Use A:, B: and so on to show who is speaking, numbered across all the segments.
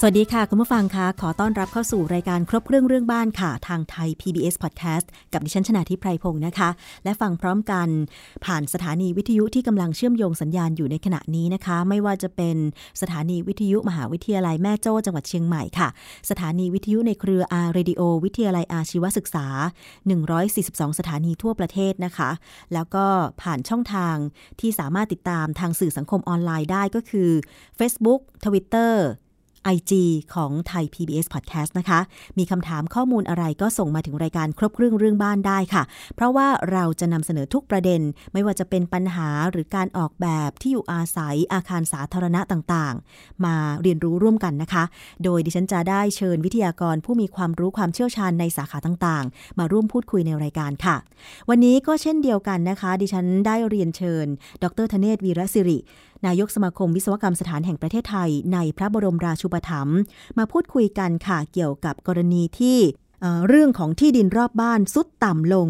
A: สวัสดีค่ะ คุณผู้ฟังคะขอต้อนรับเข้าสู่รายการครบเครื่องเรื่องบ้านค่ะ ทางไทย PBS Podcast กับดิฉันชนาทิพไพรพงศ์นะคะ และฟังพร้อมกัน ผ่านสถานีวิทยุที่กำลังเชื่อมโยงสัญญาณอยู่ในขณะนี้นะคะ ไม่ว่าจะเป็นสถานีวิทยุมหาวิทยาลัยแม่โจ้จังหวัดเชียงใหม่ค่ะ สถานีวิทยุในเครืออาร์เรดิโอวิทยาลัยอาชีวศึกษา 142 สถานีทั่วประเทศนะคะ แล้วก็ผ่านช่องทางที่สามารถติดตามทางสื่อสังคมออนไลน์ได้ก็คือ Facebook Twitter IG ของไทย PBS Podcast นะคะ มีคำถามข้อมูลอะไรก็ส่งมาถึงรายการครบเครื่องเรื่องบ้านได้ค่ะ เพราะว่าเราจะนำเสนอทุกประเด็น ไม่ว่าจะเป็นปัญหาหรือการออกแบบที่อยู่อาศัยอาคารสาธารณะต่างๆ มาเรียนรู้ร่วมกันนะคะ โดยดิฉันจะได้เชิญวิทยากรผู้มีความรู้ความเชี่ยวชาญในสาขาต่างๆ มาร่วมพูดคุยในรายการค่ะ วันนี้ก็เช่นเดียวกันนะคะ ดิฉันได้เรียนเชิญ ดรธเนศวีรศิริ นายกสมาคมวิศวกรรมสถานแห่งประเทศไทย ในพระบรมราชูปถัมภ์มาพูดคุยกันค่ะเกี่ยวกับกรณีที่เอ่อเรื่องของที่ดินรอบบ้านสุดต่ำลง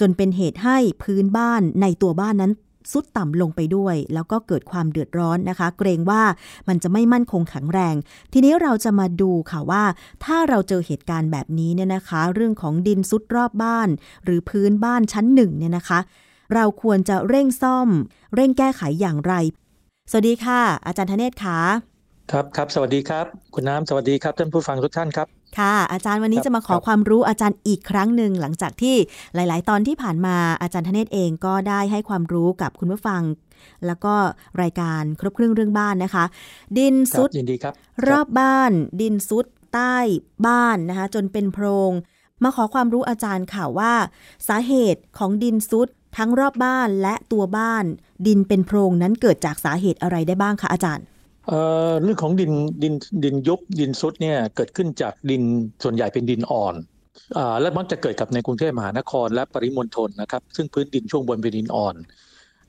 A: จนเป็นเหตุให้พื้นบ้านในตัวบ้านนั้นสุดต่ำลงไปด้วย แล้วก็เกิดความเดือดร้อนนะคะ เกรงว่ามันจะไม่มั่นคงแข็งแรง ทีนี้เราจะมาดูค่ะว่า ถ้าเราเจอเหตุการณ์แบบนี้เนี่ยนะคะ เรื่องของดินสุดรอบบ้าน หรือพื้นบ้านชั้นหนึ่งเนี่ยนะคะ เราควรจะเร่งซ่อม เร่งแก้ไขอย่างไร สวัสดีค่ะ อาจารย์ธเนศค่ะ
B: ครับครับสวัสดีครับ คุณน้ำสวัสดีครับท่านผู้ฟังทุกท่านครับ
A: ค่ะ อาจารย์วันนี้
B: ครับ
A: จะมาขอ
B: ครับ
A: ความรู้อาจารย์อีกครั้งหนึ่งหลังจากที่หลาย ๆ ตอนที่ผ่านมาอาจารย์ธเนศเองก็ได้ให้ความรู้กับคุณผู้ฟัง แล้วก็รายการครบเครื่องเรื่องบ้านนะคะ ดิน
B: ครั
A: ซุ
B: บ
A: ด
B: ยินดีครับ
A: รอบบ้านดินซุดใต้บ้านนะคะ จนเป็นโพรง มาขอความรู้อาจารย์ค่ะว่า สาเหตุของดินซุดทั้งรอบบ้านและตัวบ้าน ดินเป็นโพรงนั้นเกิดจากสาเหตุอะไรได้บ้างคะอาจารย์
B: เอ่อเรื่องของดินดินดินยุบดินซุดเนี่ยเกิดขึ้นจากดินส่วนใหญ่เป็นดินอ่อนอ่าและมักจะเกิดกับในกรุงเทพมหานครและปริมณฑลนะครับซึ่งพื้นดินช่วงบนเป็นดินอ่อน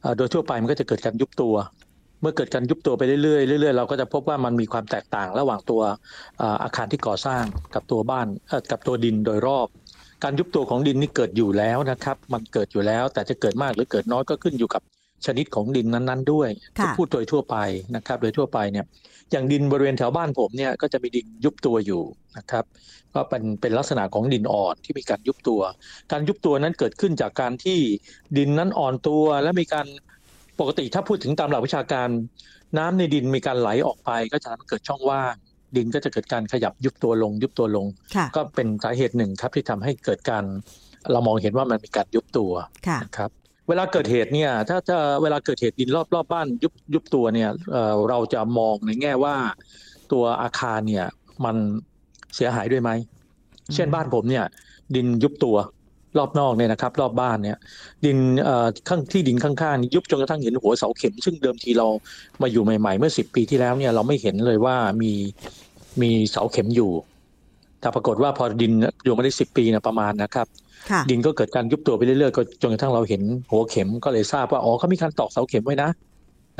B: อ่าโดยทั่วไปมันก็จะเกิดการยุบตัว เมื่อเกิดการยุบตัวไปเรื่อยๆเรื่อยๆเราก็จะพบว่ามันมีความแตกต่างระหว่างตัวอ่าอาคารที่ก่อสร้างกับตัวบ้านเอ่อกับตัวดินโดยรอบ การยุบตัวของดินนี่เกิดอยู่แล้วนะครับมันเกิดอยู่แล้ว แต่จะเกิดมากหรือเกิดน้อยก็ขึ้นอยู่กับชนิดของดินนั้นๆ ด้วย
A: ค่ะ
B: พูดโดยทั่วไปนะครับโดยทั่วไปเนี่ยอย่างดินบริเวณแถวบ้านผมเนี่ยก็จะมีดินยุบตัวอยู่นะครับก็เป็นเป็นลักษณะของดินอ่อนที่มีการยุบตัว การยุบตัวนั้นเกิดขึ้นจากการที่ดินนั้นอ่อนตัว และมีการปกติถ้าพูดถึงตามหลักวิชาการ น้ำในดินมีการไหลออกไป ก็จะทำให้เกิดช่องว่าง ดินก็จะเกิดการขยับยุบตัวลง ยุบตัวลง
A: ค่ะ
B: ก็เป็นสาเหตุหนึ่งครับที่ทำให้เกิดการเรามองเห็นว่ามันมีการยุบตัว
A: ค่ะ
B: นะครับเวลาเกิดเหตุเนี่ยถ้าจะเวลาเกิดเหตุดินรอบรอบบ้านยุบยุบตัวเนี่ยเอ่อเราจะมองในแง่ว่าตัวอาคารเนี่ยมันเสียหายด้วยไหม
A: อืม
B: เช่นบ้านผมเนี่ยดินยุบตัวรอบนอกเนี่ยนะครับ รอบบ้านเนี่ยดินเอ่อข้างที่ดินข้างๆนี่ยุบจนกระทั่งเห็นหัวเสาเข็ม ซึ่งเดิมทีเรามาอยู่ใหม่ๆ เมื่อสิบปีที่แล้วเนี่ยเราไม่เห็นเลยว่ามีมีเสาเข็มอยู่ แต่ปรากฏว่าพอดินอยู่มาได้สิบปีเนยประมาณนะครับ
A: ค่ะ
B: ดินก็เกิดการยุบตัวไปเรื่อยๆก็จนกระทั่งเราเห็นหัวเข็มก็เลยทราบว่าอ๋อเขามีการตอกเสาเข็มไว้นะ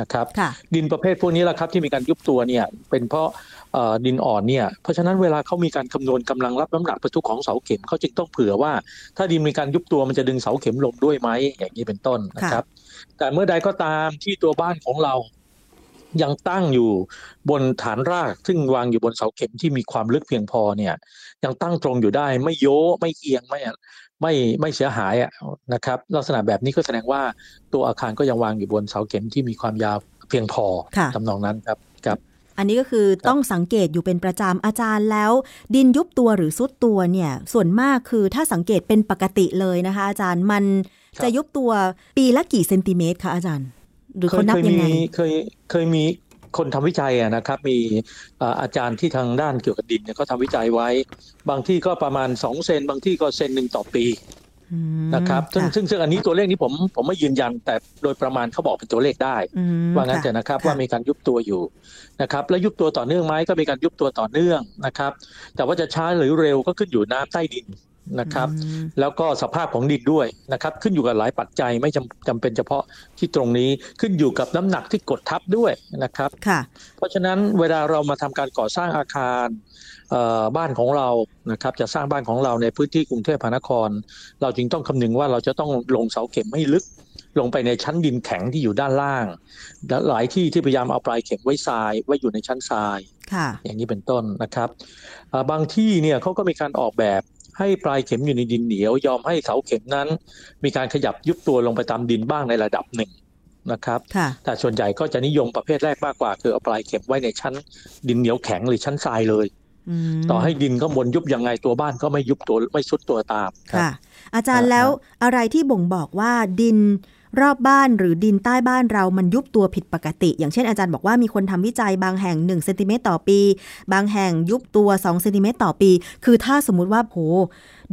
B: นะครับ
A: ค่ะ
B: ดินประเภทพวกนี้แหละครับที่มีการยุบตัวเนี่ยเป็นเพราะเอ่อดินอ่อนเนี่ยเพราะฉะนั้นเวลาเขามีการคำนวณกำลังรับน้ำหนักประทุของเสาเข็มเขาจึงต้องเผื่อว่า ถ้าดินมีการยุบตัวมันจะดึงเสาเข็มลงด้วยไหมอย่างนี้เป็นต้นนะครับ แต่เมื่อใดก็ตามที่ตัวบ้านของเรา ยังตั้งอยู่บนฐานราก ซึ่งวางอยู่บนเสาเข็มที่มีความลึกเพียงพอเนี่ย ยังตั้งตรงอยู่ได้ไม่โยไม่เอียงไม่อะไม่ไม่เสียหายอะนะครับ ลักษณะแบบนี้ก็แสดงว่าตัวอาคารก็ยังวางอยู่บนเสาเข็มที่มีความยาวเพียงพอ
A: ค่ะ
B: ทำนองนั้นครับครับ
A: อันนี้ก็คือต้องสังเกตอยู่เป็นประจำอาจารย์แล้ว ดินยุบตัวหรือซุดตัวเนี่ย ส่วนมากคือถ้าสังเกตเป็นปกติเลยนะคะ อาจารย์มัน
B: ครับ
A: จะยุบตัวปีละกี่เซนติเมตรคะอาจารย์ หรือเขานับยังไง
B: เคยเคยมีเคยเคยมีคนทำวิจัยอะนะครับ มีเอ่ออาจารย์ที่ทางด้านเกี่ยวกับดินเนี่ยเขาทำวิจัยไว้ บางที่ก็ประมาณ 2 เซน บางที่ก็เซนหนึ่งต่อปี
A: อืม
B: นะครับซึ่ง
A: ค่ะ
B: ซึ่งซึ่งอันนี้ตัวเลขนี้ผมผมไม่ยืนยัน แต่โดยประมาณเขาบอกเป็นตัวเลขได้
A: อืม
B: ว่างั้น
A: ค่ะ
B: เถอะนะครับ
A: ค่ะ
B: ว่ามีการยุบตัวอยู่นะครับและยุบตัวต่อเนื่องไหมก็มีการยุบตัวต่อเนื่องนะครับ แต่ว่าจะช้าหรือเร็วก็ขึ้นอยู่น้ำใต้ดิน นะครับ
A: อืม
B: แล้วก็สภาพของดินด้วยนะครับ ขึ้นอยู่กับหลายปัจจัยไม่จำจำเป็นเฉพาะที่ตรงนี้ขึ้นอยู่กับน้ำหนักที่กดทับด้วยนะครับ
A: ค่ะ
B: เพราะฉะนั้นเวลาเรามาทำการก่อสร้างอาคารเอ่อบ้านของเรานะครับจะสร้างบ้านของเราในพื้นที่กรุงเทพมหานคร เราจึงต้องคำนึงว่าเราจะต้องลงเสาเข็มให้ลึก ลงไปในชั้นดินแข็งที่อยู่ด้านล่างและหลายที่ที่พยายามเอาปลายเข็มไว้ทรายไว้อยู่ในชั้นทราย
A: ค่ะ
B: อย่างนี้เป็นต้นนะครับเอ่อบางที่เนี่ยเขาก็มีการออกแบบให้ปลายเข็มอยู่ในดินเหนียว ยอมให้เสาเข็มนั้น มีการขยับยุบตัวลงไปตามดินบ้างในระดับหนึ่งนะครับ
A: ค่ะ
B: แต่ส่วนใหญ่ก็จะนิยมประเภทแรกมากกว่า คือเอาปลายเข็มไว้ในชั้น ดินเหนียวแข็งหรือชั้นทรายเลย
A: อืม
B: ต่อให้ดินข้างบนยุบยังไงตัวบ้านก็ไม่ยุบตัวไม่ซุดตัวตามรับ
A: ค่ะ อาจารย์
B: อ่า
A: แล้วอะไรที่บ่งบอกว่าดินรอบบ้านหรือดินใต้บ้านเรามันยุบตัวผิดปกติ อย่างเช่นอาจารย์บอกว่ามีคนทำวิจัยบางแห่ง1เซนติเมตรต่อปี บางแห่งยุบตัว2เซนติเมตรต่อปี คือถ้าสมมุติว่าโห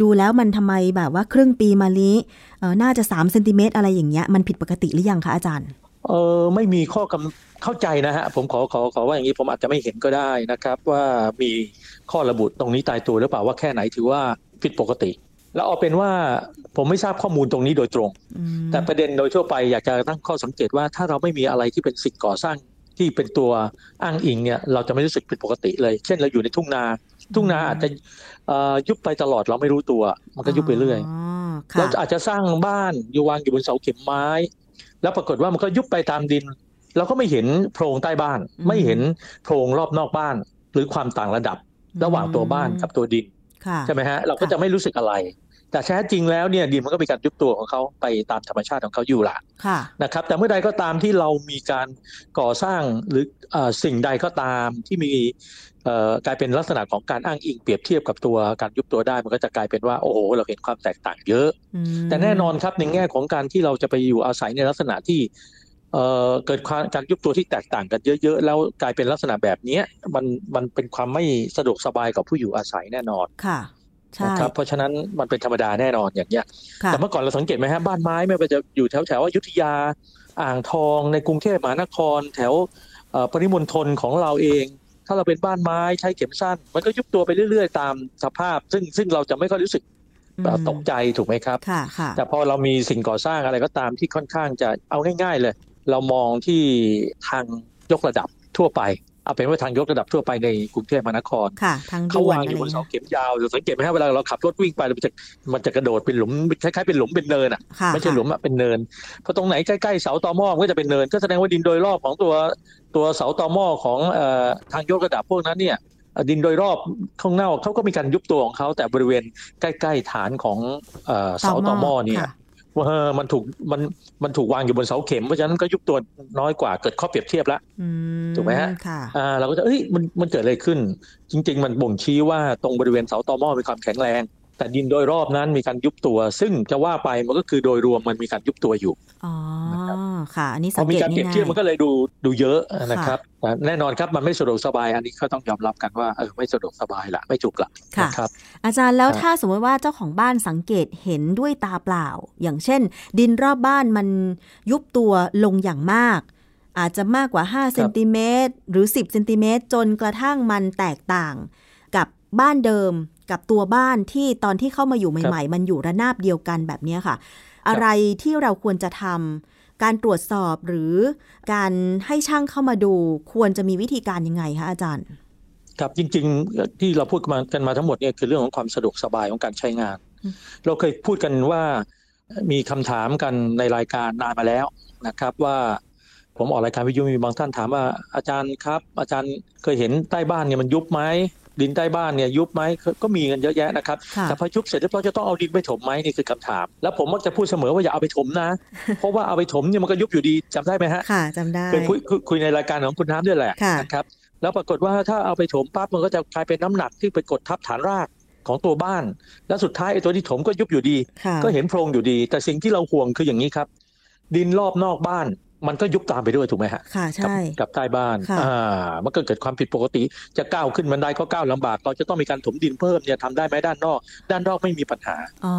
A: ดูแล้วมันทำไมแบบว่าครึ่งปีมานี้เอ่อน่าจะ3เซนติเมตรอะไรอย่างเงี้ยมันผิดปกติหรือยังคะอาจารย์
B: เออไม่มีข้อกำเข้าใจนะฮะผมขอขอขอว่าอย่างนี้ผมอาจจะไม่เห็นก็ได้นะครับ ว่ามีข้อระบุตรงนี้ตายตัวหรือเปล่าว่าแค่ไหนถือว่าผิดปกติ แล้วเอาเป็นว่าผมไม่ทราบข้อมูลตรงนี้โดยตรง
A: อืม
B: แต่ประเด็นโดยทั่วไปอยากจะตั้งข้อสังเกตว่าถ้าเราไม่มีอะไรที่เป็นสิ่งก่อสร้างที่เป็นตัวอ้างอิงเนี่ยเราจะไม่รู้สึกผิดปกติเลย เช่นเราอยู่ในทุ่งนา ทุ่งนาอาจจะเอ่อยุบไปตลอดเราไม่รู้ตัวมันก็ยุบไปเรื่อย
A: อ๋อ
B: เรา
A: ค่ะ
B: อาจจะสร้างบ้านอยู่วางอยู่บนเสาเข็มไม้ แล้วปรากฏว่ามันก็ยุบไปตามดิน เราก็ไม่เห็นโพรงใต้บ้าน ไม่เห็นโพรงรอบนอกบ้าน หรือความต่างระดับระหว่างตัวบ้านกับตัวดิน
A: ค่ะ
B: ใช่ไหมฮะเราก็จะไม่รู้สึกอะไร แต่แท้จริงแล้วเนี่ยดินมันก็มีการยุบตัวของเขาไปตามธรรมชาติของเขาอยู่ละ
A: ค่ะ
B: นะครับ แต่เมื่อใดก็ตามที่เรามีการก่อสร้างหรือเอ่อสิ่งใดก็ตามที่มีเอ่อกลายเป็นลักษณะของการอ้างอิงเปรียบเทียบกับตัวการยุบตัวได้มันก็จะกลายเป็นว่าโอ้โหเราเห็นความแตกต่างเยอะ
A: อืม
B: แต่แน่นอนครับในแง่ของการที่เราจะไปอยู่อาศัยในลักษณะที่เอ่อเกิดความการยุบตัวที่แตกต่างกันเยอะๆ แล้วกลายเป็นลักษณะแบบเนี้ยมันมันเป็นความไม่สะดวกสบายกับผู้อยู่อาศัยแน่นอน
A: ค่ะ ใช่
B: นะครับเพราะฉะนั้นมันเป็นธรรมดาแน่นอนอย่างเงี้ย
A: ค่ะ
B: แต่เมื่อก่อนเราสังเกตไหมฮะบ้านไม้ไม่ว่าจะอยู่แถวแถวๆอยุธยาอ่างทองในกรุงเทพมหานคร แถวเอ่อปริมณฑลของเราเอง ถ้าเราเป็นบ้านไม้ใช้เข็มสั้น มันก็ยุบตัวไปเรื่อย ๆ ตามสภาพ ซึ่งซึ่งเราจะไม่ค่อยรู้สึกเอ่อตกใจถูกไหมครับ
A: ค่ะ ค่ะ
B: แต่พอเรามีสิ่งก่อสร้างอะไรก็ตามที่ค่อนข้างจะเอาง่าย ๆ เลย เรามองที่ทางยกระดับทั่วไป เอาเป็นว่าทางยกระดับทั่วไปในกรุงเทพมหานคร
A: ค่ะ ทาง
B: เขา
A: ด่วน
B: วาง
A: อะ
B: อ
A: ไร
B: ยู่บน
A: เงี้
B: เสาย เข็มยาวเราสังเกตไหมฮะเวลาเราขับรถวิ่งไปมันจะมันจะกระโดดเป็นหลุมคล้ายๆเป็นหลุมเป็นเนินอ่ะ
A: ค่ะ
B: ไม่ใช่หลุมอะเป็นเนินพอตรงไหนใกล้ๆเสาตอหม้อมันก็จะเป็นเนิน ก็แสดงว่าดินโดยรอบของตัวตัวเสาตอหม้อของเอ่อทางยกระดับพวกนั้นเนี่ยเอ่อดินโดยรอบข้างนอกเขาก็มีการยุบตัวของเขาแต่บริเวณใกล้ๆฐานของเอ่อเสาตอหม้อเนี่ย
A: ค่ะ
B: ว่าเออมันถูกมันมันถูกวางอยู่บนเสาเข็มเพราะฉะนั้นก็ยุบตัวน้อยกว่าเกิดข้อเปรียบเทียบแล้ว
A: อื
B: ถูกไหมฮะ
A: ค่ะ
B: อ่าเราก็จะเอ้ยมันมันเกิดอะไรขึ้น จริง ๆ มันบ่งชี้ว่าตรงบริเวณเสาตอหม้อมีความแข็งแรง แต่ดินโดยรอบนั้นมีการยุบตัว ซึ่งจะว่าไปมันก็คือโดยรวมมันมีการยุบตัวอยู่
A: อ๋อ ค่ะ อันนี้
B: พอ
A: สัง
B: มี
A: เกต
B: การเปรียบ
A: ง่า
B: เทียบ
A: ย
B: มันก็เลยดูดูเยอะนะครับแต่แน่นอนครับมันไม่สะดวกสบายอันนี้ก็ต้องยอมรับกันว่าเออไม่สะดวกสบายละไม่จุกละ
A: ๆค่ะ
B: นะครับ
A: อาจารย์แล้ว
B: ครับ
A: ถ้าสมมติว่าเจ้าของบ้านสังเกตเห็นด้วยตาเปล่า อย่างเช่น ดินรอบบ้านมันยุบตัวลงอย่างมาก อาจจะมากกว่า5เซนติเมตรหรือ 10เซนติเมตรจนกระทั่งมันแตกต่าง กับบ้านเดิมกับตัวบ้านที่ตอนที่เข้ามาอยู่ใหม่ ๆ มันอยู่ระนาบเดียวกันแบบเนี้ยค่ะ อะไรที่เราควรจะทำการตรวจสอบหรือการให้ช่างเข้ามาดูควรจะมีวิธีการยังไงคะอาจารย์
B: ครับจริงๆที่เราพูดมากันมาทั้งหมดเนี่ยคือเรื่องของความสะดวกสบายของการใช้งาน
A: อืม
B: เราเคยพูดกันว่ามีคำถามกันในรายการนานมาแล้วนะครับว่าผมออกรายการวิทยุมีบางท่านถามว่าอาจารย์ครับ อาจารย์เคยเห็นใต้บ้านเนี่ยมันยุบไหมดินใต้บ้านเนี่ยยุบไหมก็ก็มีกันเยอะแยะนะครับ
A: ค่ะ
B: แต่พอยุบเสร็จเรียบร้อยจะต้องเอาดินไปถมไหมนี่คือคำถาม แล้วผมมักจะพูดเสมอว่าอย่าเอาไปถม นะ เพราะว่าเอาไปถมเนี่ยมันก็ยุบอยู่ดีจำได้ไหมฮะ
A: ค่ะจำได้
B: เคยคุยคุยคุยในรายการของคุณน้ำด้วยแหละ
A: ค่ะ
B: นะครับ แล้วปรากฏว่าถ้าเอาไปถมปั๊บมันก็จะกลายเป็นน้ำหนักที่ไปกดทับฐานรากของตัวบ้าน แล้วสุดท้ายไอ้ตัวที่ถมก็ยุบอยู่ดี
A: ค่ะ
B: ก็เห็นโพรงอยู่ดี แต่สิ่งที่เราห่วงคืออย่างนี้ครับ ดินรอบนอกบ้าน มันก็ยุบตามไปด้วยถูกไหมฮะ
A: ค่ะ
B: กับ
A: ใช่
B: กับใต้บ้าน
A: ค่ะ
B: อ่ามันก็เกิดความผิดปกติ จะก้าวขึ้นบันไดก็ก้าวลำบาก เราจะต้องมีการถมดินเพิ่มเนี่ยทำได้ไหมด้านนอก ด้านนอกไม่มีปัญหา
A: อ๋อ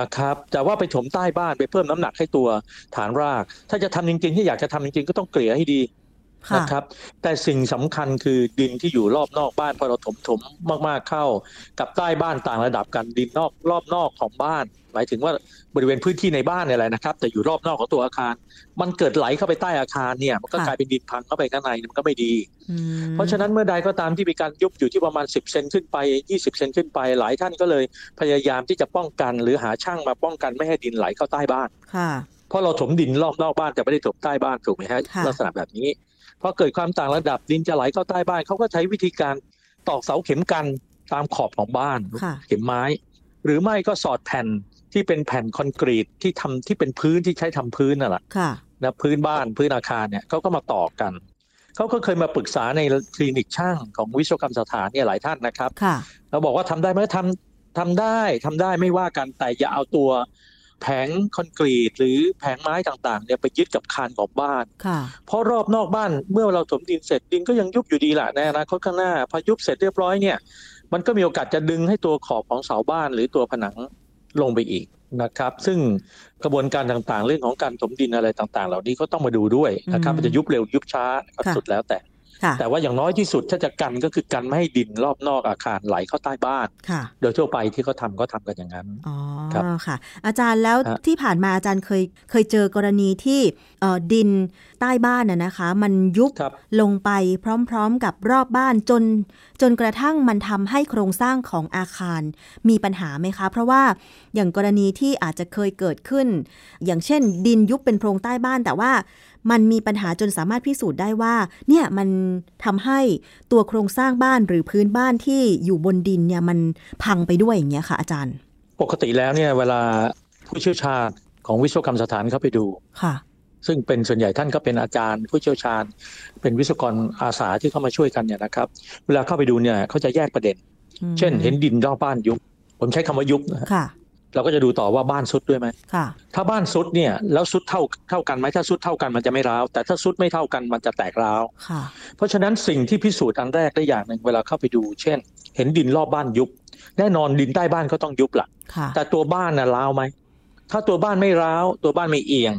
B: นะครับแต่ว่าไปถมใต้บ้านไปเพิ่มน้ำหนักให้ตัวฐานราก ถ้าจะทำจริงๆที่อยากจะทำจริงๆก็ต้องเกลี่ยให้ดี
A: ค่ะ
B: นะครับแต่สิ่งสำคัญคือดินที่อยู่รอบนอกบ้านพอเราถมถมๆมาก ๆเข้า กับใต้บ้านต่างระดับกันดินนอกรอบนอกของบ้าน หมายถึงว่าบริเวณพื้นที่ในบ้านเนี่ยแหละนะครับ แต่อยู่รอบนอกของตัวอาคาร มันเกิดไหลเข้าไปใต้อาคารเนี่ยมันก็
A: ค่ะ
B: กลายเป็นดินพังเข้าไปข้างในมันก็ไม่ดี
A: อืม
B: เพราะฉะนั้นเมื่อใดก็ตามที่มีการยุบอยู่ที่ประมาณ 10 เซนขึ้นไป 20 เซนขึ้นไป หลายท่านก็เลยพยายามที่จะป้องกันหรือหาช่างมาป้องกันไม่ให้ดินไหลเข้าใต้บ้าน
A: ค่ะ
B: เพราะเราถมดินรอบนอกบ้านแต่ไม่ได้ถมใต้บ้านถูกไหมฮะ
A: ค่ะ
B: ลักษณะแบบนี้พอเกิดความต่างระดับดินจะไหลเข้าใต้บ้านเขาก็ใช้วิธีการตอกเสาเข็มกันตามขอบของบ้าน
A: ค่ะ
B: เข็มไม้ หรือไม่ก็สอดแผ่นที่เป็นแผ่นคอนกรีตที่ทำที่เป็นพื้นที่ใช้ทำพื้นน่ะแหละ
A: ค่ะ
B: นะพื้นบ้านพื้นอาคารเนี่ยเขาก็มาต่อกันเขาก็เคยมาปรึกษาในคลินิกช่างของวิศวกรรมสถานเนี่ยหลายท่านนะครับ
A: ค่ะ
B: เราบอกว่าทำได้ไหมทำทำได้ทำได้ไม่ว่ากันแต่อย่าเอาตัวแผงคอนกรีต หรือแผงไม้ต่างๆเนี่ยไปยึดกับคานของบ้าน
A: ค่ะ
B: เพราะรอบนอกบ้านเมื่อเราถมดินเสร็จดินก็ยังยุบอยู่ดีแหละในอนาคตข้างหน้าพอยุบเสร็จเรียบร้อยเนี่ย มันก็มีโอกาสจะดึงให้ตัวขอบของเสาบ้าน หรือตัวผนังลงไปอีกนะครับ ซึ่งกระบวนการต่างๆ เรื่องของการถมดินอะไรต่างๆ เหล่านี้ก็ต้องมาดูด้วยนะครับ
A: อืม
B: มันจะยุบเร็วยุบช้าก็
A: ค่ะ
B: สุดแล้วแต่
A: ค่ะ
B: แต่ว่าอย่างน้อยที่สุดถ้าจะกันก็คือกันไม่ให้ดินรอบนอกอาคารไหลเข้าใต้บ้าน
A: ค่ะ
B: โดยทั่วไปที่เขาทำก็ทำกันอย่างนั้น
A: อ๋อ
B: ครับ
A: ค่ะ อาจารย์แล้ว
B: ฮะ
A: ที่ผ่านมาอาจารย์เคยเคยเจอกรณีที่เอ่อดินใต้บ้านน่ะนะคะ มันยุบ
B: ครับ
A: ลงไปพร้อมๆกับรอบบ้านจน จนกระทั่งมันทำให้โครงสร้างของอาคารมีปัญหาไหมคะ เพราะว่าอย่างกรณีที่อาจจะเคยเกิดขึ้น อย่างเช่น ดินยุบเป็นโพรงใต้บ้าน แต่ว่ามันมีปัญหาจนสามารถพิสูจน์ได้ว่า เนี่ยมันทำให้ตัวโครงสร้างบ้านหรือพื้นบ้านที่อยู่บนดินเนี่ยมันพังไปด้วยอย่างเงี้ยค่ะ อาจารย์
B: ปกติแล้วเนี่ยเวลาผู้เชี่ยวชาญของวิศวกรรมสถานเข้าไปดู
A: ค่ะ
B: ซึ่งเป็นส่วนใหญ่ท่านก็เป็นอาจารย์ ผู้เชี่ยวชาญ เป็นวิศวกรอาสาที่เข้ามาช่วยกันเนี่ยนะครับ เวลาเข้าไปดูเนี่ยเขาจะแยกประเด็น
A: อืม
B: เช่น เห็นดินรอบบ้านยุบผมใช้คำว่ายุบนะฮะ
A: ค่ะ
B: เราก็จะดูต่อว่าบ้านซุดด้วยไหม
A: ค่ะ
B: ถ้าบ้านซุดเนี่ยแล้วซุดเท่าเท่ากันไหมถ้าซุดเท่ากันมันจะไม่ร้าวแต่ถ้าซุดไม่เท่ากันมันจะแตกร้าว
A: ค่ะ
B: เพราะฉะนั้นสิ่งที่พิสูจน์อันแรกได้อย่างหนึ่งเวลาเข้าไปดู เช่น เห็นดินรอบบ้านยุบ แน่นอนดินใต้บ้านก็ต้องยุบละ
A: ค่ะ
B: แต่ตัวบ้านน่ะร้าวไหมถ้าตัวบ้านไม่ร้าว ตัวบ้านไม่เอียง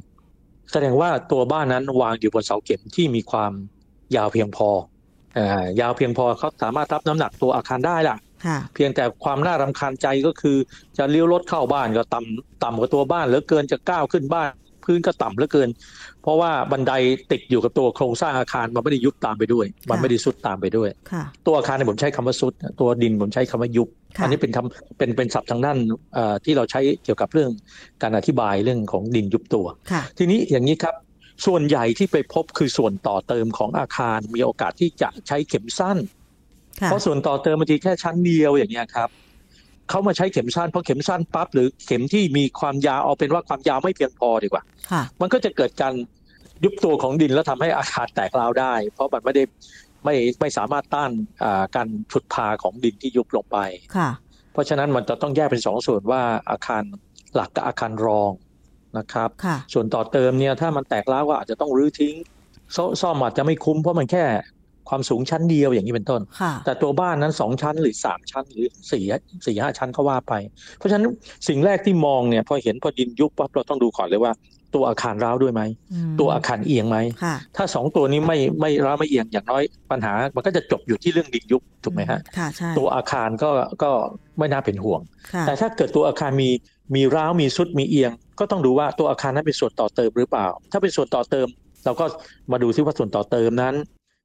B: แสดงว่าตัวบ้านนั้นวางอยู่บนเสาเข็มที่มีความยาวเพียงพอเอ่อยาวเพียงพอเขาสามารถรับน้ำหนักตัวอาคารได้ล่ะ
A: ค่ะ
B: เพียงแต่ความน่ารำคาญใจก็คือ จะเลี้ยวรถเข้าบ้านก็ต่ำต่ำกว่าตัวบ้านเหลือเกินจะก้าวขึ้นบ้าน พื้นก็ต่ำเหลือเกิน เพราะว่าบันไดติดอยู่กับตัวโครงสร้างอาคารมันไม่ได้ยุบตามไปด้วย มันไม่ได้สุดตามไปด้วย
A: ค่ะ
B: ตัวอาคารเนี่ยผมใช้คำว่าสุด ตัวดินผมใช้คำว่ายุบ
A: ค่ะ
B: อันี้เป็นคำเป็นเป็นศัพท์ทางด้านเอ่อที่เราใช้เกี่ยวกับเรื่องการอธิบายเรื่องของดินยุบตัว
A: ค่ะ
B: ทีนี้อย่างนี้ครับส่วนใหญ่ที่ไปพบคือส่วนต่อเติมของอาคาร มีโอกาสที่จะใช้เข็มสั้น
A: ค่ะ
B: เพราะส่วนต่อเติมบางทีแค่ชั้นเดียวอย่างเงี้ยครับเขามาใช้เข็มสั้นเพราะเข็มสั้นปั๊บหรือเข็มที่มีความยาวเอาเป็นว่าความยาวไม่เพียงพอดีกว่า
A: ค่ะ
B: มันก็จะเกิดการยุบตัวของดินแล้วทำให้อาคารแตกราวได้ เพราะมันไม่ได้ไม่ไม่สามารถต้านอ่าการฉุดพาของดินที่ยุบลงไป
A: ค่ะ
B: เพราะฉะนั้นมันจะต้องแยกเป็นสองส่วนว่าอาคารหลักกับอาคารรองนะครับ
A: ค่ะ
B: ส่วนต่อเติมเนี่ยถ้ามันแตกร้าวก็อาจจะต้องรื้อทิ้งซ่อซ่อมอาจจะไม่คุ้มเพราะมันแค่ความสูงชั้นเดียวอย่างนี้เป็นต้น
A: ค่ะ
B: แต่ตัวบ้านนั้นสองชั้นหรือสามชั้นหรือสี่สี่ห้าชั้นก็ว่าไป เพราะฉะนั้นสิ่งแรกที่มองเนี่ยพอเห็นพอดินยุบปั๊บเราต้องดูก่อนเลยว่า ตัวอาคารร้าวด้วยไหม
A: อืม
B: ตัวอาคารเอียงไหม
A: ค่ะ
B: ถ้าสองตัวนี้ไม่ไม่ร้าวไม่เอียงอย่างน้อยปัญหา มันก็จะจบอยู่ที่เรื่องดินยุบถูกไหมฮะ
A: ค่ะ ใช่
B: ตัวอาคารก็ก็ไม่น่าเป็นห่วง
A: ค่ะ
B: แต่ถ้าเกิดตัวอาคารมีมีร้าวมีสุดมีเอียง ก็ต้องดูว่าตัวอาคารนั้นเป็นส่วนต่อเติมหรือเปล่า ถ้าเป็นส่วนต่อเติม เราก็มาดูซิว่าส่วนต่อเติมนั้น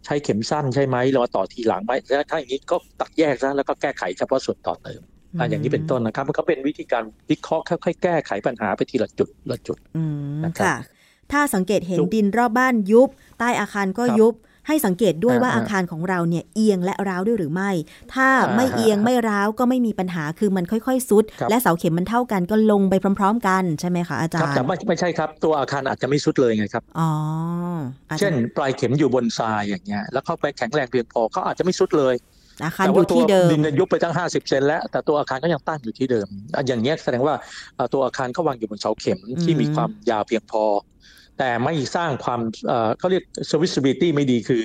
B: ใช้เข็มสั้นใช่ไหมหรือว่าต่อทีหลังไหมแล้วถ้าอย่างนี้ก็ตัดแยกซะแล้วก็แก้ไขเฉพาะส่วนต่อเติมอ่ะอย่างนี้เป็นต้นนะครับมันก็เป็นวิธีการวิเคราะห์ค่อยๆแก้ไขปัญหาไปทีละจุดละจุด
A: อืม
B: นะครับ
A: ค่ะ ถ้าสังเกตเห็น
B: ยุบ
A: ดินรอบบ้านยุบ ใต้อาคารก็
B: ครับ
A: ยุบ ให้สังเกตด้วยว่า
B: อ่า
A: อาคารของเราเนี่ยเอียงและร้าวด้วยหรือไม่ ถ้าไม่
B: อ่าฮะ
A: เอียงไม่ร้าวก็ไม่มีปัญหาคือมันค่อยๆซุด
B: ครับ
A: และเสาเข็มมันเท่ากันก็ลงไปพร้อม ๆ กันใช่ไหมคะอาจาร
B: ครับ
A: ย์
B: แต่ไม่ไม่ใช่ครับตัวอาคารอาจจะไม่สุดเลยไงครับ
A: อ๋ออาจจะ
B: เช่น ปลายเข็มอยู่บนทรายอย่างเงี้ยแล้วเข้าไปแข็งแรงเพียงพอเขาอาจจะไม่สุดเลย
A: อาคาร
B: แต่
A: อ
B: ว่า
A: ยู่
B: ตัว
A: ที่เดิม
B: ดินเนี่ยยุบไปตั้ง 50 เซนแล้ว แต่ตัวอาคารก็ยังตั้งอยู่ที่เดิมอ่ะอย่างเนี้ยแสดงว่าเอ่อตัวอาคารเขาวางอยู่บนเสาเข็ม
A: อืม
B: ที่มีความยาวเพียงพอ แต่ไม่สร้างความเอ่อเขาเรียก serviceability ไม่ดีคือ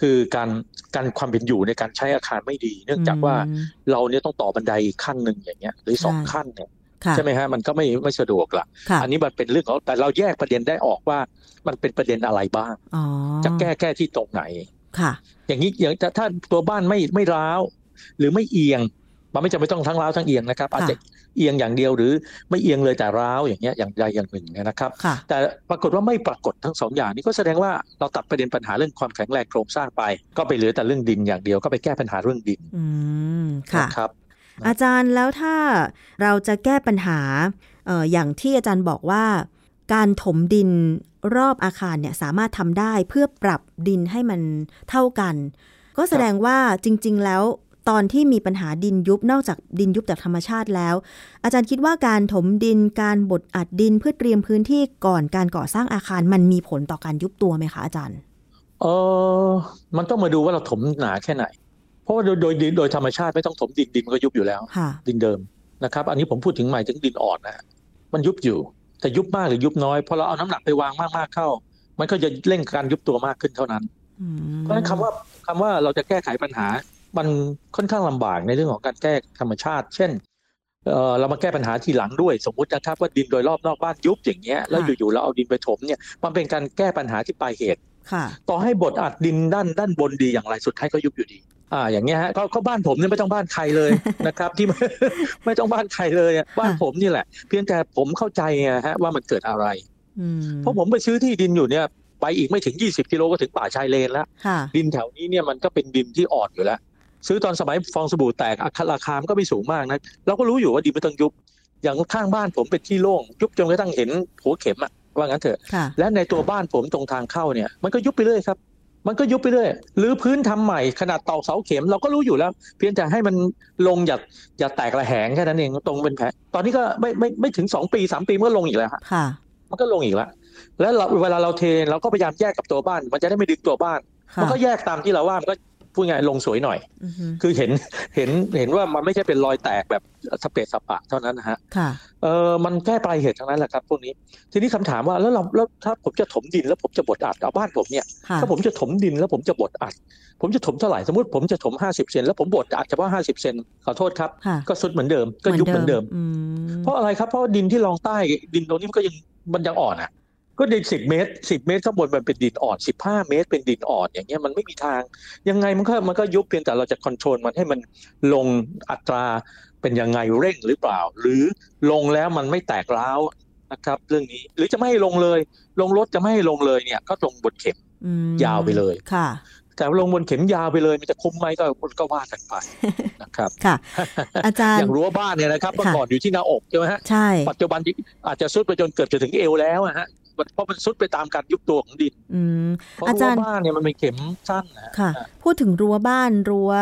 B: คือการการความเป็นอยู่ในการใช้อาคารไม่ดี เนื่องจากว่า
A: อืม
B: เราเนี่ยต้องต่อบันไดอีกขั้นหนึ่งอย่างเงี้ยหรือสอง
A: ใช่
B: ขั้นเนี่ย
A: ค่ะ
B: ใช่ไหมฮะมันก็ไม่ไม่สะดวกละ
A: ค่ะ
B: อันนี้มันเป็นเรื่องของแต่เราแยกประเด็นได้ออกว่า มันเป็นประเด็นอะไรบ้าง
A: อ๋อ
B: จะแก้แก้ที่ตรงไหน
A: ค่ะ
B: อย่างนี้อย่างถ้าถ้าตัวบ้านไม่ไม่ร้าว หรือไม่เอียง มันไม่จำเป็นต้องทั้งร้าวทั้งเอียงนะครับ อาจจะเอียงอย่างเดียวหรือไม่เอียงเลยแต่ร้าวอย่างเงี้ยอย่างใดอย่างหนึ่งเนี่ยนะครับ
A: ค่ะ
B: แต่ปรากฏว่าไม่ปรากฏทั้งสองอย่างนี้ก็แสดงว่าเราตัดประเด็นปัญหาเรื่องความแข็งแรงโครงสร้างไป ก็ไปเหลือแต่เรื่องดินอย่างเดียวก็ไปแก้ปัญหาเรื่องดิน
A: อืม ค่ะ
B: นะครับ
A: อาจารย์แล้วถ้าเราจะแก้ปัญหาเอ่ออย่างที่อาจารย์บอกว่า การถมดินรอบอาคารเนี่ยสามารถทำได้เพื่อปรับดินให้มันเท่ากัน ก็แสดงว่าจริง ๆ แล้วตอนที่มีปัญหาดินยุบนอกจากดินยุบจากธรรมชาติแล้ว อาจารย์คิดว่าการถมดินการบดอัดดินเพื่อเตรียมพื้นที่ก่อนการก่อสร้างอาคารมันมีผลต่อการยุบตัวไหมคะอาจารย์
B: เออมันต้องมาดูว่าเราถมหนาแค่ไหน เพราะว่าโดยโดยโดยโดยธรรมชาติไม่ต้องถมดินดินมันก็ยุบอยู่แล้ว
A: ค่ะ
B: ดินเดิมนะครับ อันนี้ผมพูดถึงหมายถึงดินอ่อนนะฮะมันยุบอยู่ แต่ยุบมากหรือยุบน้อยพอเราเอาน้ำหนักไปวางมากๆเข้า มันก็จะเร่งการยุบตัวมากขึ้นเท่านั้น
A: อืม
B: เพราะฉะนั้นคำว่าคำว่าเราจะแก้ไขปัญหา มันค่อนข้างลำบากในเรื่องของการแก้ธรรมชาติ เช่นเอ่อเรามาแก้ปัญหาทีหลังด้วย สมมุตินะครับว่าดินโดยรอบนอกบ้านยุบอย่างเงี้ยแล้วอยู่ๆเราเอาดินไปถมเนี่ยมันเป็นการแก้ปัญหาที่ปลายเหตุ
A: ค่ะ
B: ต่อให้บดอัดดินด้านด้านบนดีอย่างไรสุดท้ายก็ยุบอยู่ดี อ่า อย่างเงี้ยฮะก็ก็บ้านผมเนี่ยไม่ต้องบ้านใครเลย นะครับ ที่ ไม่ต้องบ้านใครเลยอะบ้านผมนี่แหละ เพียงแต่ผมเข้าใจไงฮะว่ามันเกิดอะไร
A: อืม
B: เพราะผมไปซื้อที่ดินอยู่เนี่ยไปอีกไม่ถึง 20กิโลก็ถึงป่าชายเลนแล้ว
A: ค่ะ
B: ดินแถวนี้เนี่ยมันก็เป็นดินที่อ่อนอยู่แล้ว ซื้อตอนสมัยฟองสบู่แตกอาคาราคามนก็ไม่สูงมากนะเราก็รู้อยู่ว่าดินไม่ต้องยุบ อย่างข้างบ้านผมเป็นที่โล่งยุบจนกระทั่งเห็นหัวเข็มอะว่างั้นเถอะ
A: ค่ะ
B: และในตัวบ้านผมตรงทางเข้าเนี่ยมันก็ยุบไปเรื่อยครับ มันก็ยุบไปเรื่อยหรือพื้นทำใหม่ขนาดตอกเสาเข็มเราก็รู้อยู่แล้ว เพียงแต่ให้มันลงอย่าอย่าแตกระแหงแค่นั้นเองตรงเป็นแผลตอนนี้ก็ไม่ไม่ไม่ถึง 2 ปี 3 ปีมันก็ลงอีกแล้วฮะ
A: ค่ะ
B: มันก็ลงอีกแล้ว แล้วเราเวลาเราเทเราก็พยายามแยกกับตัวบ้าน มันจะได้ไม่ดึงตัวบ้าน
A: ค่ะ
B: มันก็แยกตามที่เราว่ามันก็พูดง่ายลงสวยหน่อย
A: อือฮึ
B: คือเห็นเห็นเห็นว่ามันไม่ใช่เป็นรอยแตกแบบสเปะสปะเท่านั้นนะฮะ
A: ค่ะ
B: เออมันแก้ปลายเหตุทั้งนั้นแหละครับพวกนี้ ทีนี้คำถามว่าแล้วเราแล้วถ้าผมจะถมดินแล้วผมจะบดอัดเอาบ้านผมเนี่ย
A: ค่ะ
B: ถ้าผมจะถมดินแล้วผมจะบดอัด ผมจะถมเท่าไหร่สมมติผมจะถม 50เซนแล้วผมบดอัดเฉพาะ50เซนขอโทษครับ
A: ค่ะ
B: ก็สุดเหมือนเดิมก็ยุบเหมือนเดิม เพ
A: เพราะ
B: ราะอะไรครับเพราะว่าดินที่รองใต้ดินตรงนี้มันก็ยังมันยังอ่อนอ่ะ ก็ดิน10 เมตร 10 เมตรข้างบนมันเป็นดินอ่อน 15 เมตร เป็นดินอ่อนอย่างเงี้ยมันไม่มีทาง ยังไงมันก็มันก็ยุบเพียงแต่เราจะคอนโทรลมันให้มันลงอัตราเป็นยังไงเร่งหรือเปล่า หรือลงแล้วมันไม่แตกร้าวนะครับ เรื่องนี้หรือจะไม่ให้ลงเลย ลงรถจะไม่ให้ลงเลยเนี่ยก็ลงบนเข็ม ยาวไปเลย
A: ค่ะ
B: แต่ลงบนเข็มยาวไปเลยมันจะคุ้มไหมก็ก็ว่ากันไปนะครับ
A: ค่ะ อาจาร
B: อ
A: ย์
B: ย่างรั้วบ้านเนี่ยนะครับเมื่อ
A: ค่ะ
B: ก่อนอยู่ที่หน้าอกใช่ไหมฮะ
A: ใช่
B: ปัจจุบันนี้อาจจะซุดไปจนเกือบจะถึงเอวแล้วอะฮะมันเพราะมันซุดไปตามการยุบตัวของดิน
A: อืม
B: เพราะ
A: อาจารย์
B: รั้วบ้านเนี่ยมันเป็นเข็มสั้นนะฮะ
A: ค่ะ พูดถึงรั้วบ้านรั้ว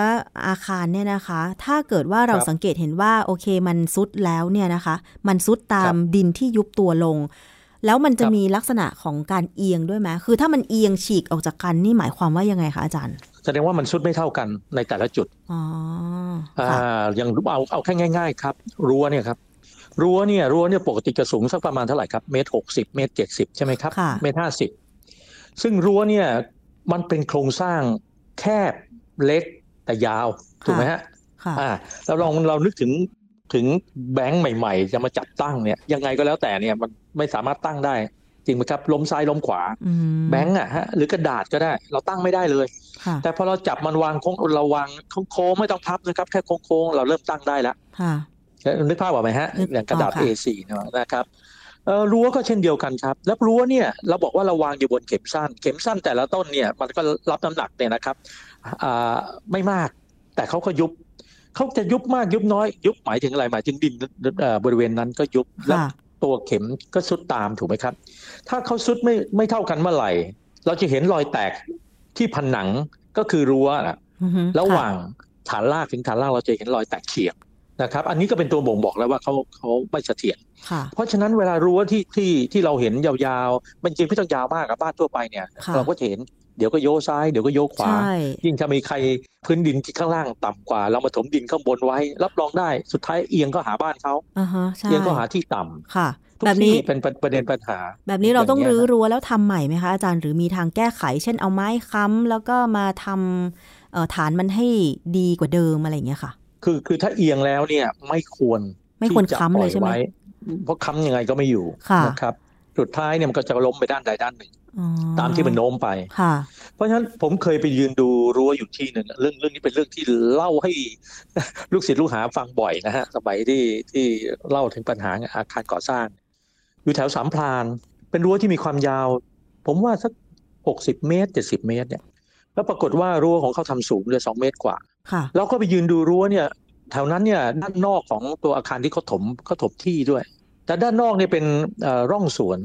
A: อาคารเนี่ยนะคะ ถ้าเกิดว่าเรา
B: ครับ
A: สังเกตเห็นว่าโอเคมันซุดแล้วเนี่ยนะคะ มันซุดตามดินที่ยุบตัวลง แล้วมันจะ
B: ครับ
A: มีลักษณะของการเอียงด้วยไหมคือถ้ามันเอียงฉีกออกจากกันนี่หมายความว่ายังไงคะอาจารย์
B: แสดงว่ามันซุดไม่เท่ากันในแต่ละจุด
A: อ๋อ
B: อ่า
A: ค่ะ
B: อย่างเอาเอาแค่ง่าย ๆ ครับ รั้วเนี่ยครับรั้วเนี่ยรั้วเนี่ยปกติจะสูงสักประมาณเท่าไหร่ครับเมตรหกสิบเมตรเจ็ดสิบใช่ไหมครับ
A: ค่ะ
B: เมตรห้าสิบซึ่งรั้วเนี่ยมันเป็นโครงสร้างแคบเล็กแต่ยาวถูกไหมฮะ
A: ค่ะ
B: อ่าเราลองเรานึกถึงถึงแบงค์ใหม่ ๆ จะมาจับตั้งเนี่ยยังไงก็แล้วแต่เนี่ยมันไม่สามารถตั้งได้ จริงไหมครับล้มซ้ายล้มขวา
A: อืม
B: แบงค์อะฮะหรือกระดาษก็ได้ เราตั้งไม่ได้เลย
A: ค่ะ
B: แต่พอเราจับมันวางโค้งเราวางโค้งๆไม่ต้องพับนะครับ แค่โค้งๆเราเริ่มตั้งได้แล้ว
A: ค่ะ
B: นึกภาพออกไหมฮะ
A: นึก
B: อย่างกระดาษ
A: ออกค่ะ
B: A4 เนอะนะครับเอ่อรั้วก็เช่นเดียวกันครับ แล้วรั้วเนี่ยเราบอกว่าเราวางอยู่บนเข็มสั้น เข็มสั้นแต่ละต้นเนี่ยมันก็รับน้ำหนักเนี่ยนะครับอ่าไม่มาก แต่เขาก็ยุบเขาจะยุบมากยุบน้อย ยุบหมายถึงอะไรหมายถึงดินเอ่อบริเวณนั้นก็ยุบแล้ว
A: ค่ะ
B: ตัวเข็มก็สุดตามถูกไหมครับ ถ้าเขาสุดไม่ไม่เท่ากันเมื่อไหร่ เราจะเห็นรอยแตกที่ผนังก็คือรั้วนะ
A: อือฮึ
B: ระหว่า
A: ค่
B: งฐานรากถึงฐานรากเราจะเห็นรอยแตกเฉียงนะครับ อันนี้ก็เป็นตัวบ่งบอกแล้วว่าเขาเขาไม่เสถียร
A: ค่ะ
B: เพราะฉะนั้นเวลารั้วที่ที่ที่เราเห็นยาวๆ มันจริงไม่ต้องยาวมากอะบ้านทั่วไปเนี่ย
A: ค่ะ
B: เราก็จะเห็นเดี๋ยวก็โยกซ้ายเดี๋ยวก็โยกขวา
A: ใช่
B: ยิ่งถ้ามีใครพื้นดินที่ข้างล่างต่ำกว่า เรามาถมดินข้างบนไว้ รับรองได้สุดท้ายเอียงก็หาบ้านเขา
A: อ่าฮะ ใช่
B: เอียงก็หาที่ต่
A: ค่ะ
B: ำทุก
A: แบบ
B: ที่
A: นี้
B: เป็นประประเด็นปัญหา
A: แบบนี้เราต้อง
B: อย่างเงี้
A: รื้อรั้
B: ย
A: วแล้วทำใหม่ไหมคะอาจารย์หรือมีทางแก้ไข เช่นเอาไม้ค้ำแล้วก็มาทำเอ่อฐานมันให้ดีกว่าเดิมอะไรอย่างเงี้ยค่ะ
B: คือคือถ้าเอียงแล้วเนี่ยไม่ควร
A: ไม่ควร
B: ที่จะ
A: ค้ำเลยใช่ไหม
B: ปอว้เพราะค้ำยังไงก็ไม่อยู่
A: ค่ะ
B: นะครับสุดท้ายเนี่ยมันก็จะล้มไปด้านใดด้านหนึ่ง
A: อ๋อ
B: ตามที่มันโน้มไป
A: ค่ะ
B: เพราะฉะนั้นผมเคยไปยืนดูรั้วอยู่ที่หนึ่งเรื่องเรื่องนี้เป็นเรื่องที่เล่าให้ ลูกศิษย์ลูกหาฟังบ่อยนะฮะสมัยที่ที่เล่าถึงปัญหาอาคารก่อสร้าง อยู่แถวสามพลาน เป็นรั้วที่มีความยาว ผมว่าสักหกสิบเมตรเจ็ดสิบเมตรเนี่ย แล้วปรากฏว่ารั้วของเขาทำสูงเลยสองเมตรกว่า
A: ค่ะ
B: เราก็ไปยืนดูรั้วเนี่ยแถวนั้นเนี่ยด้านนอกของตัวอาคารที่เขาถมเขาถมที่ด้วย แต่ด้านนอกเนี่ยเป็นเอ่อร่องสวน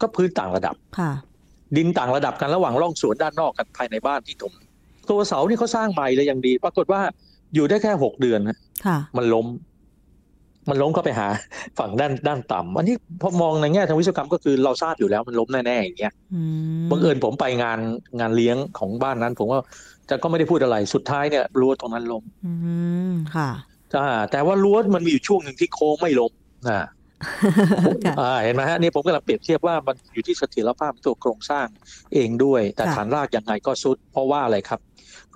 B: ก็พื้นต่างระดับ
A: ค่ะ
B: ดินต่างระดับกันระหว่างร่องสวนด้านนอกกับภายในบ้านที่ถมตัวเสานี่เขาสร้างใหม่เลยอย่างดี ปรากฏว่าอยู่ได้แค่หกเดือนนะ
A: ค่ะ
B: มันล้ม มันล้มก็ไปหา ฝั่งด้านด้านต่ำอันนี้พอมองในแง่ทางวิศวกรรมก็คือเราทราบอยู่แล้วมันล้มแน่ๆอย่างเงี้ย
A: อืม
B: บังเอิญผมไปงานงานเลี้ยงของบ้านนั้น ผมว่าแต่ก็ไม่ได้พูดอะไรสุดท้ายเนี่ยรั้วตรงนั้นล้ม
A: อืมค่ะ
B: อ่าแต่ว่ารั้วมันมีอยู่ช่วงหนึ่งที่โค้งไม่ล้มอ่า
A: ค่ะ
B: อ่าเห็นไหมฮะนี่ผมกำลังเปรียบเทียบว่ามันอยู่ที่เสถียรภาพตัวโครงสร้างเองด้วย แต่
A: ค่ะ
B: ฐานรากยังไงก็ซุด เพราะว่าอะไรครับ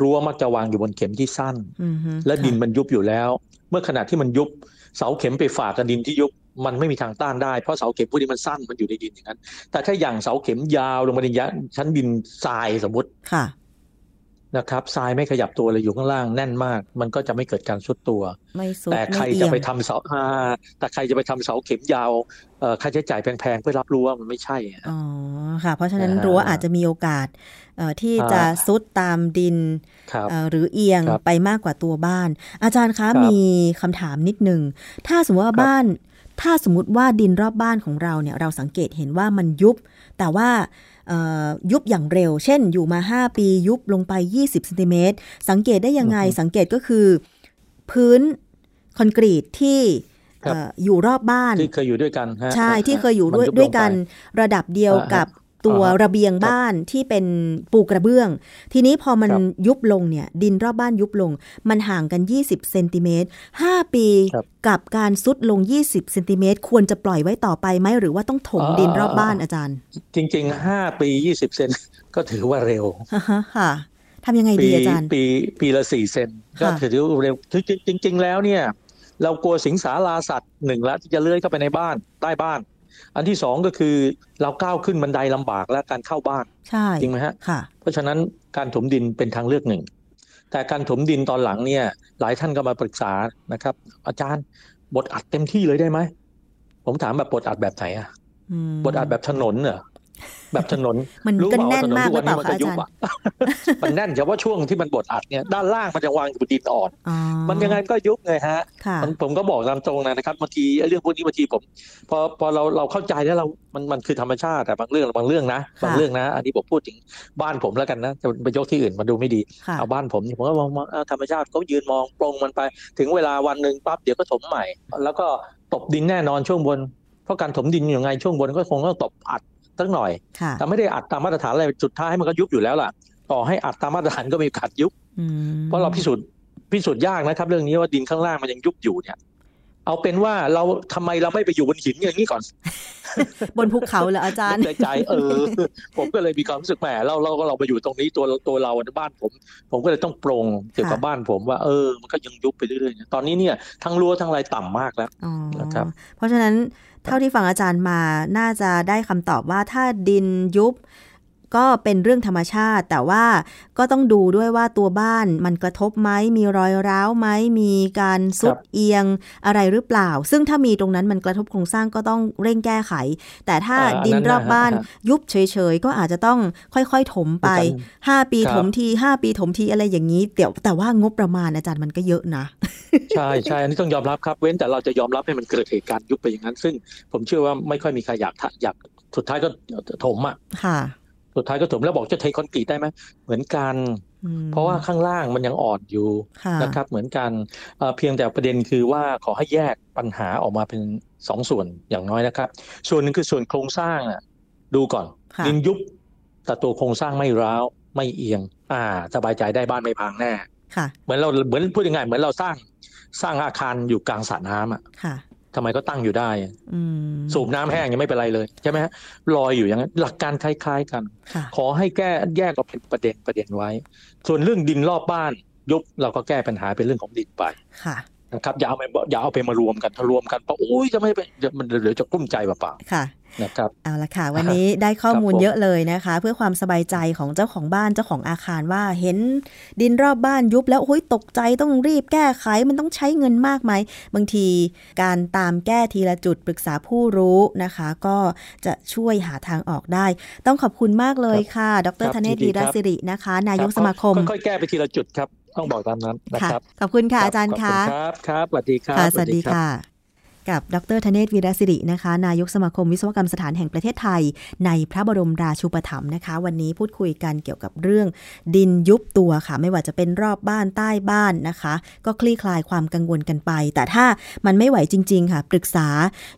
B: รั้วมักจะวางอยู่บนเข็มที่สั้น
A: อืมฮึ
B: และดิน
A: ค่ะ
B: มันยุบอยู่แล้ว เมื่อขณะที่มันยุบ เสาเข็มไปฝากกับดินที่ยุบมันไม่มีทางต้านได้เพราะเสาเข็มพวกนี้มันสั้นมันอยู่ในดินอย่างนั้น แต่ถ้าอย่างเสาเข็มยาวลงมาในยะชั้นดินทรายสมมติ
A: ค่ะ
B: นะครับทรายไม่ขยับตัวเลยอยู่ข้างล่างแน่นมาก มันก็จะไม่เกิดการซุดตัว
A: ไม่สุด
B: แต่ใคร
A: ม่เอีย
B: จะ
A: ง
B: ไปทำเสาอ่าแต่ใครจะไปทำเสาเข็มยาวเอ่อค่าใช้จ่ายแพงๆเพื่อรับรู้ว่ามันไม่ใช่อะ
A: อ๋อค่ะ เพราะฉะนั้น
B: อ่า
A: รั้วอาจจะมีโอกาสเอ่อที่จะ
B: อ่า
A: ซุดตามดิน
B: ครับ
A: เอ่อหรือเอียง
B: ครับ
A: ไปมากกว่าตัวบ้าน อาจารย์คะ
B: ครับ
A: มีคำถามนิดหนึ่งถ้าสมมติว่า
B: ครับ
A: บ้าน ถ้าสมมติว่าดินรอบบ้านของเราเนี่ยเราสังเกตเห็นว่ามันยุบ แต่ว่าเอ่อยุบอย่างเร็ว เช่นอยู่มา 5 ปียุบลงไป 20ซนติเมตรสังเกตได้ยังไงสังเกตก็คือ พื้นคอนกรีตที่เอ่ออยู่รอบบ้าน
B: ที่เคยอยู่ด้วยกันฮะ
A: ใช่ที่เคยอยู่
B: มัน
A: ด้วย
B: บลงไป
A: ด้วยกันระดับเดียว
B: อ่าฮะ
A: กับตัว
B: อ่าฮะ
A: ระเบียงบ้านที่เป็นปูกระเบื้อง ทีนี้พอมัน
B: ครับ
A: ยุบลงเนี่ย ดินรอบบ้านยุบลง มันห่างกัน 20เซนติเมตร5ปี
B: ครับ
A: กับการซุดลง 20เซนติเมตรควรจะปล่อยไว้ต่อไปไหมหรือว่าต้องถม
B: อ่า
A: ดินรอบบ้านอาจารย์
B: จริงๆห้าปียี่สิบเซน ก็ถือว่าเร็ว
A: ฮะฮะค่ะทำยังไง
B: ปี
A: ดีอาจารย์
B: ปีปีละสี่เซน
A: ค่ะ
B: ก็ถือว่าเร็วจริง ๆ แล้วเนี่ย เรากลัวสิงสาราสัตว์หนึ่งละที่จะเลื้อยเข้าไปในบ้านใต้บ้าน อันที่สองก็คือเราก้าวขึ้นบันไดลำบากและการเข้าบ้าน
A: ใช่
B: จริงไหมฮะ
A: ค่ะ
B: เพราะฉะนั้นการถมดินเป็นทางเลือกหนึ่ง แต่การถมดินตอนหลังเนี่ย หลายท่านก็มาปรึกษานะครับ อาจารย์บทอัดเต็มที่เลยได้ไหม ผมถามแบบบทอัดแบบไหนอะ
A: อืม
B: บทอัดแบบถนนเหรอแบบถน น
A: มัน
B: รู้
A: กัน
B: เปล่าว่า
A: แน่นมากหรือน เป
B: ถนนทุกวั
A: ล่าคะ
B: นี้มันก็
A: อา
B: ยุบ
A: จารย์
B: อะ มันแน่นเฉพาะช่วงที่มันบทอัดเนี่ยด้านล่างมันจะวางอยู่บนดินอ่อน
A: อ๋อ
B: มันยังไงก็ยุบไงฮะ
A: ค่ะ
B: ผมผมก็บอกตามตรงนะครับบางทีไอ้เรื่องพวกนี้บางทีผม พอพอเราเราเข้าใจแล้วเรามันมันคือธรรมชาติแต่บางเรื่องบางเรื่องนะบางเรื่องนะ อันนี้ผมพูดถึงบ้านผมแล้วกันนะจะไปยกที่อื่นมันดูไม่ดี
A: ค่ะ
B: เอาบ้านผมนี่ผมก็มองมองอ่าธรรมชาติก็ยืนมองปรงมันไป ถึงเวลาวันหนึ่งปั๊บเดี๋ยวก็ถมใหม่ แล้วก็ตบดินแน่นอนช่วงบน เพราะการถมดินอยู่ไงช่วงบนก็คงต้องตบอัดสักหน่อย
A: ค่ะ
B: แต่ไม่ได้อัดตามมาตรฐานอะไรสุดท้ายมันก็ยุบอยู่แล้วล่ะ ต่อให้อัดตามมาตรฐานก็มีขาดยุบ
A: อืม
B: เพราะเราพิสูจน์พิสูจน์ยากนะครับ เรื่องนี้ว่าดินข้างล่างมันยังยุบอยู่เนี่ย เอาเป็นว่าเราทำไมเราไม่ไปอยู่บนหินอย่างนี้ก่อน
A: บนภูเขาเหรออาจารย์
B: ในใจเออ ผมก็เลยมีความรู้สึกแหมเราเราก็เราไปอยู่ตรงนี้ตัวตัวเราในบ้านผม ผมก็เลยต้องปรงเกี่ยวกับ
A: ค่ะ
B: บ้านผมว่าเออมันก็ยังยุบไปเรื่อยๆนะตอนนี้เนี่ยทั้งรั้วทั้งอะไรต่ำมากแล้ว
A: อ๋อ
B: นะครับ
A: เพราะฉะนั้นเท่าที่ฟังอาจารย์มาน่าจะได้คำตอบว่าถ้าดินยุบก็เป็นเรื่องธรรมชาติ แต่ว่าก็ต้องดูด้วยว่าตัวบ้านมันกระทบไหมมีรอยร้าวไหมมีการซุดเอียงอะไรหรือเปล่า ซึ่งถ้ามีตรงนั้นมันกระทบโครงสร้างก็ต้องเร่งแก้ไข แต่ถ้า
B: อ่าอันนั้น
A: ดินรอบบ้าน
B: นะฮะ
A: ยุบเฉยๆ ก็อาจจะต้องค่อยๆ ถมไป
B: ดูกั
A: 5 ปี
B: ครับ
A: ถมที 5 ปีถมทีอะไรอย่างนี้เดี๋ยวแต่ว่างบประมาณอาจารย์มันก็เยอะนะ
B: ใช่ใช่อันนี้ต้องยอมรับครับ เว้นแต่เราจะยอมรับให้มันเกิดเหตุการณ์ยุบไปอย่างนั้น ซึ่งผมเชื่อว่าไม่ค่อยมีใครอยากทะอยากสุดท้ายก็ถมอ่ะ
A: ค่ะ
B: สุดท้ายก็ถมแล้วบอกจะเทคอนกรีตได้ไหมเหมือนกัน
A: อืม
B: เพราะว่าข้างล่างมันยังอ่อนอยู่
A: ค่ะ
B: นะครับเหมือนกันเอ่อเพียงแต่ประเด็นคือว่าขอให้แยกปัญหาออกมาเป็นสองส่วนอย่างน้อยนะครับ ส่วนหนึ่งคือส่วนโครงสร้างน่ะดูก่อน
A: ค่ะ
B: ดินยุบแต่ตัวโครงสร้างไม่ร้าวไม่เอียง อ่า สบายใจได้บ้านไม่พังแน่
A: ค่ะ
B: เหมือนเราเหมือนพูดยังไงเหมือนเราสร้างสร้างอาคารอยู่กลางสระน้ำอ่ะ
A: ค่ะ
B: ทำไมก็ตั้งอยู่ได้
A: อืม
B: สูบน้ำแห้งยังไม่เป็นไรเลยใช่ไหมฮะลอยอยู่อย่างนั้นหลักการคล้าย ๆ กัน
A: ค่ะ
B: ขอให้แก้แยกออกเป็นประเด็นประเด็นไว้ ส่วนเรื่องดินรอบบ้าน ยุบเราก็แก้ปัญหาเป็นเรื่องของดินไป
A: ค่ะ
B: นะครับอย่าเอาไปอย่าเอาไปมารวมกันถ้ารวมกันปะโอ้ยจะไม่เป็นเดี๋ยวมันเดี๋ยวจะกลุ้มใจเปล่า
A: ค่ะ
B: ๆนะครับ
A: เอาละค่ะ วันนี้ได้ข้อมูลเยอะเลยนะคะ เพื่อความสบายใจของเจ้าของบ้านเจ้าของอาคารว่าเห็นดินรอบบ้านยุบแล้วโอ้ยตกใจต้องรีบแก้ไขมันต้องใช้เงินมากไหมบางทีการตามแก้ทีละจุดปรึกษาผู้รู้นะคะ ก็จะช่วยหาทางออกได้ ต้องขอบคุณมากเลยค่ะ ดร
B: ครับ
A: ธเนศ
B: ยิ
A: ดี
B: นดีครั
A: ร
B: บ
A: สิรินะคะ นายกสมาคม
B: ค่อยๆแก้ไปทีละจุดครับ ต้องบอกตามนั้นนะ
A: ค่ะ
B: ครับ
A: ขอบคุณค่ะอาจารย์
B: ขบ
A: ค่ะ
B: ณครับครับสวัสดีครับ
A: ค่ะ สวัสดีค่ะ กับ ดรธเนศวีรศิริ นะคะ นายกสมาคมวิศวกรรมสถานแห่งประเทศไทย ในพระบรมราชูปถัมภ์นะคะ วันนี้พูดคุยกันเกี่ยวกับเรื่อง ดินยุบตัวค่ะ ไม่ว่าจะเป็นรอบบ้านใต้บ้านนะคะ ก็คลี่คลายความกังวลกันไป แต่ถ้ามันไม่ไหวจริง ๆ ค่ะ ปรึกษา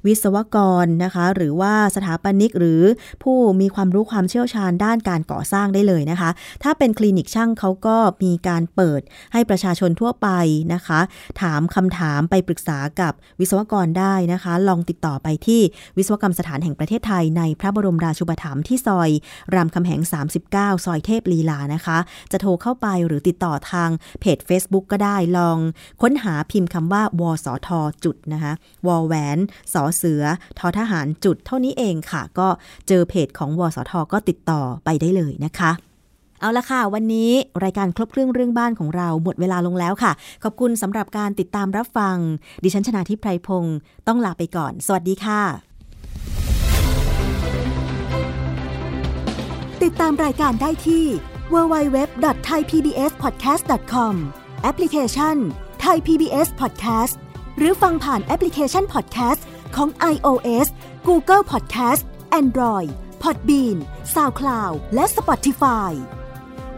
A: วิศวกรนะคะ หรือว่าสถาปนิกหรือผู้มีความรู้ความเชี่ยวชาญด้านการก่อสร้างได้เลยนะคะ ถ้าเป็นคลินิกช่างเขาก็มีการเปิดให้ประชาชนทั่วไปนะคะ ถามคำถามไปปรึกษากับวิศวกรได้นะคะ ลองติดต่อไปที่วิศวกรรมสถานแห่งประเทศไทย ในพระบรมราชูปถัมภ์ที่ซอย รามคำแหง 39 ซอยเทพลีลานะคะ จะโทรเข้าไปหรือติดต่อทางเพจ Facebook ก็ได้ลองค้นหาพิมพ์คำว่าวสทจุดนะคะวอแหวนสอเสือทอทหารจุดเท่านี้เองค่ะ ก็เจอเพจของวสทก็ติดต่อไปได้เลยนะคะ เอาละค่ะ วันนี้รายการครบเครื่องเรื่องบ้านของเราหมดเวลาลงแล้วค่ะ ขอบคุณสำหรับการติดตามรับฟัง ดิฉันชนาทิพไพรพงศ์ต้องลาไปก่อน สวัสดีค่ะ
C: ติดตามรายการได้ที่ www.thaipbspodcast.com แอปพลิเคชัน Thai PBS Podcast หรือฟังผ่านแอปพลิเคชัน Podcast ของ iOS Google Podcast Android Podbean SoundCloud และ Spotify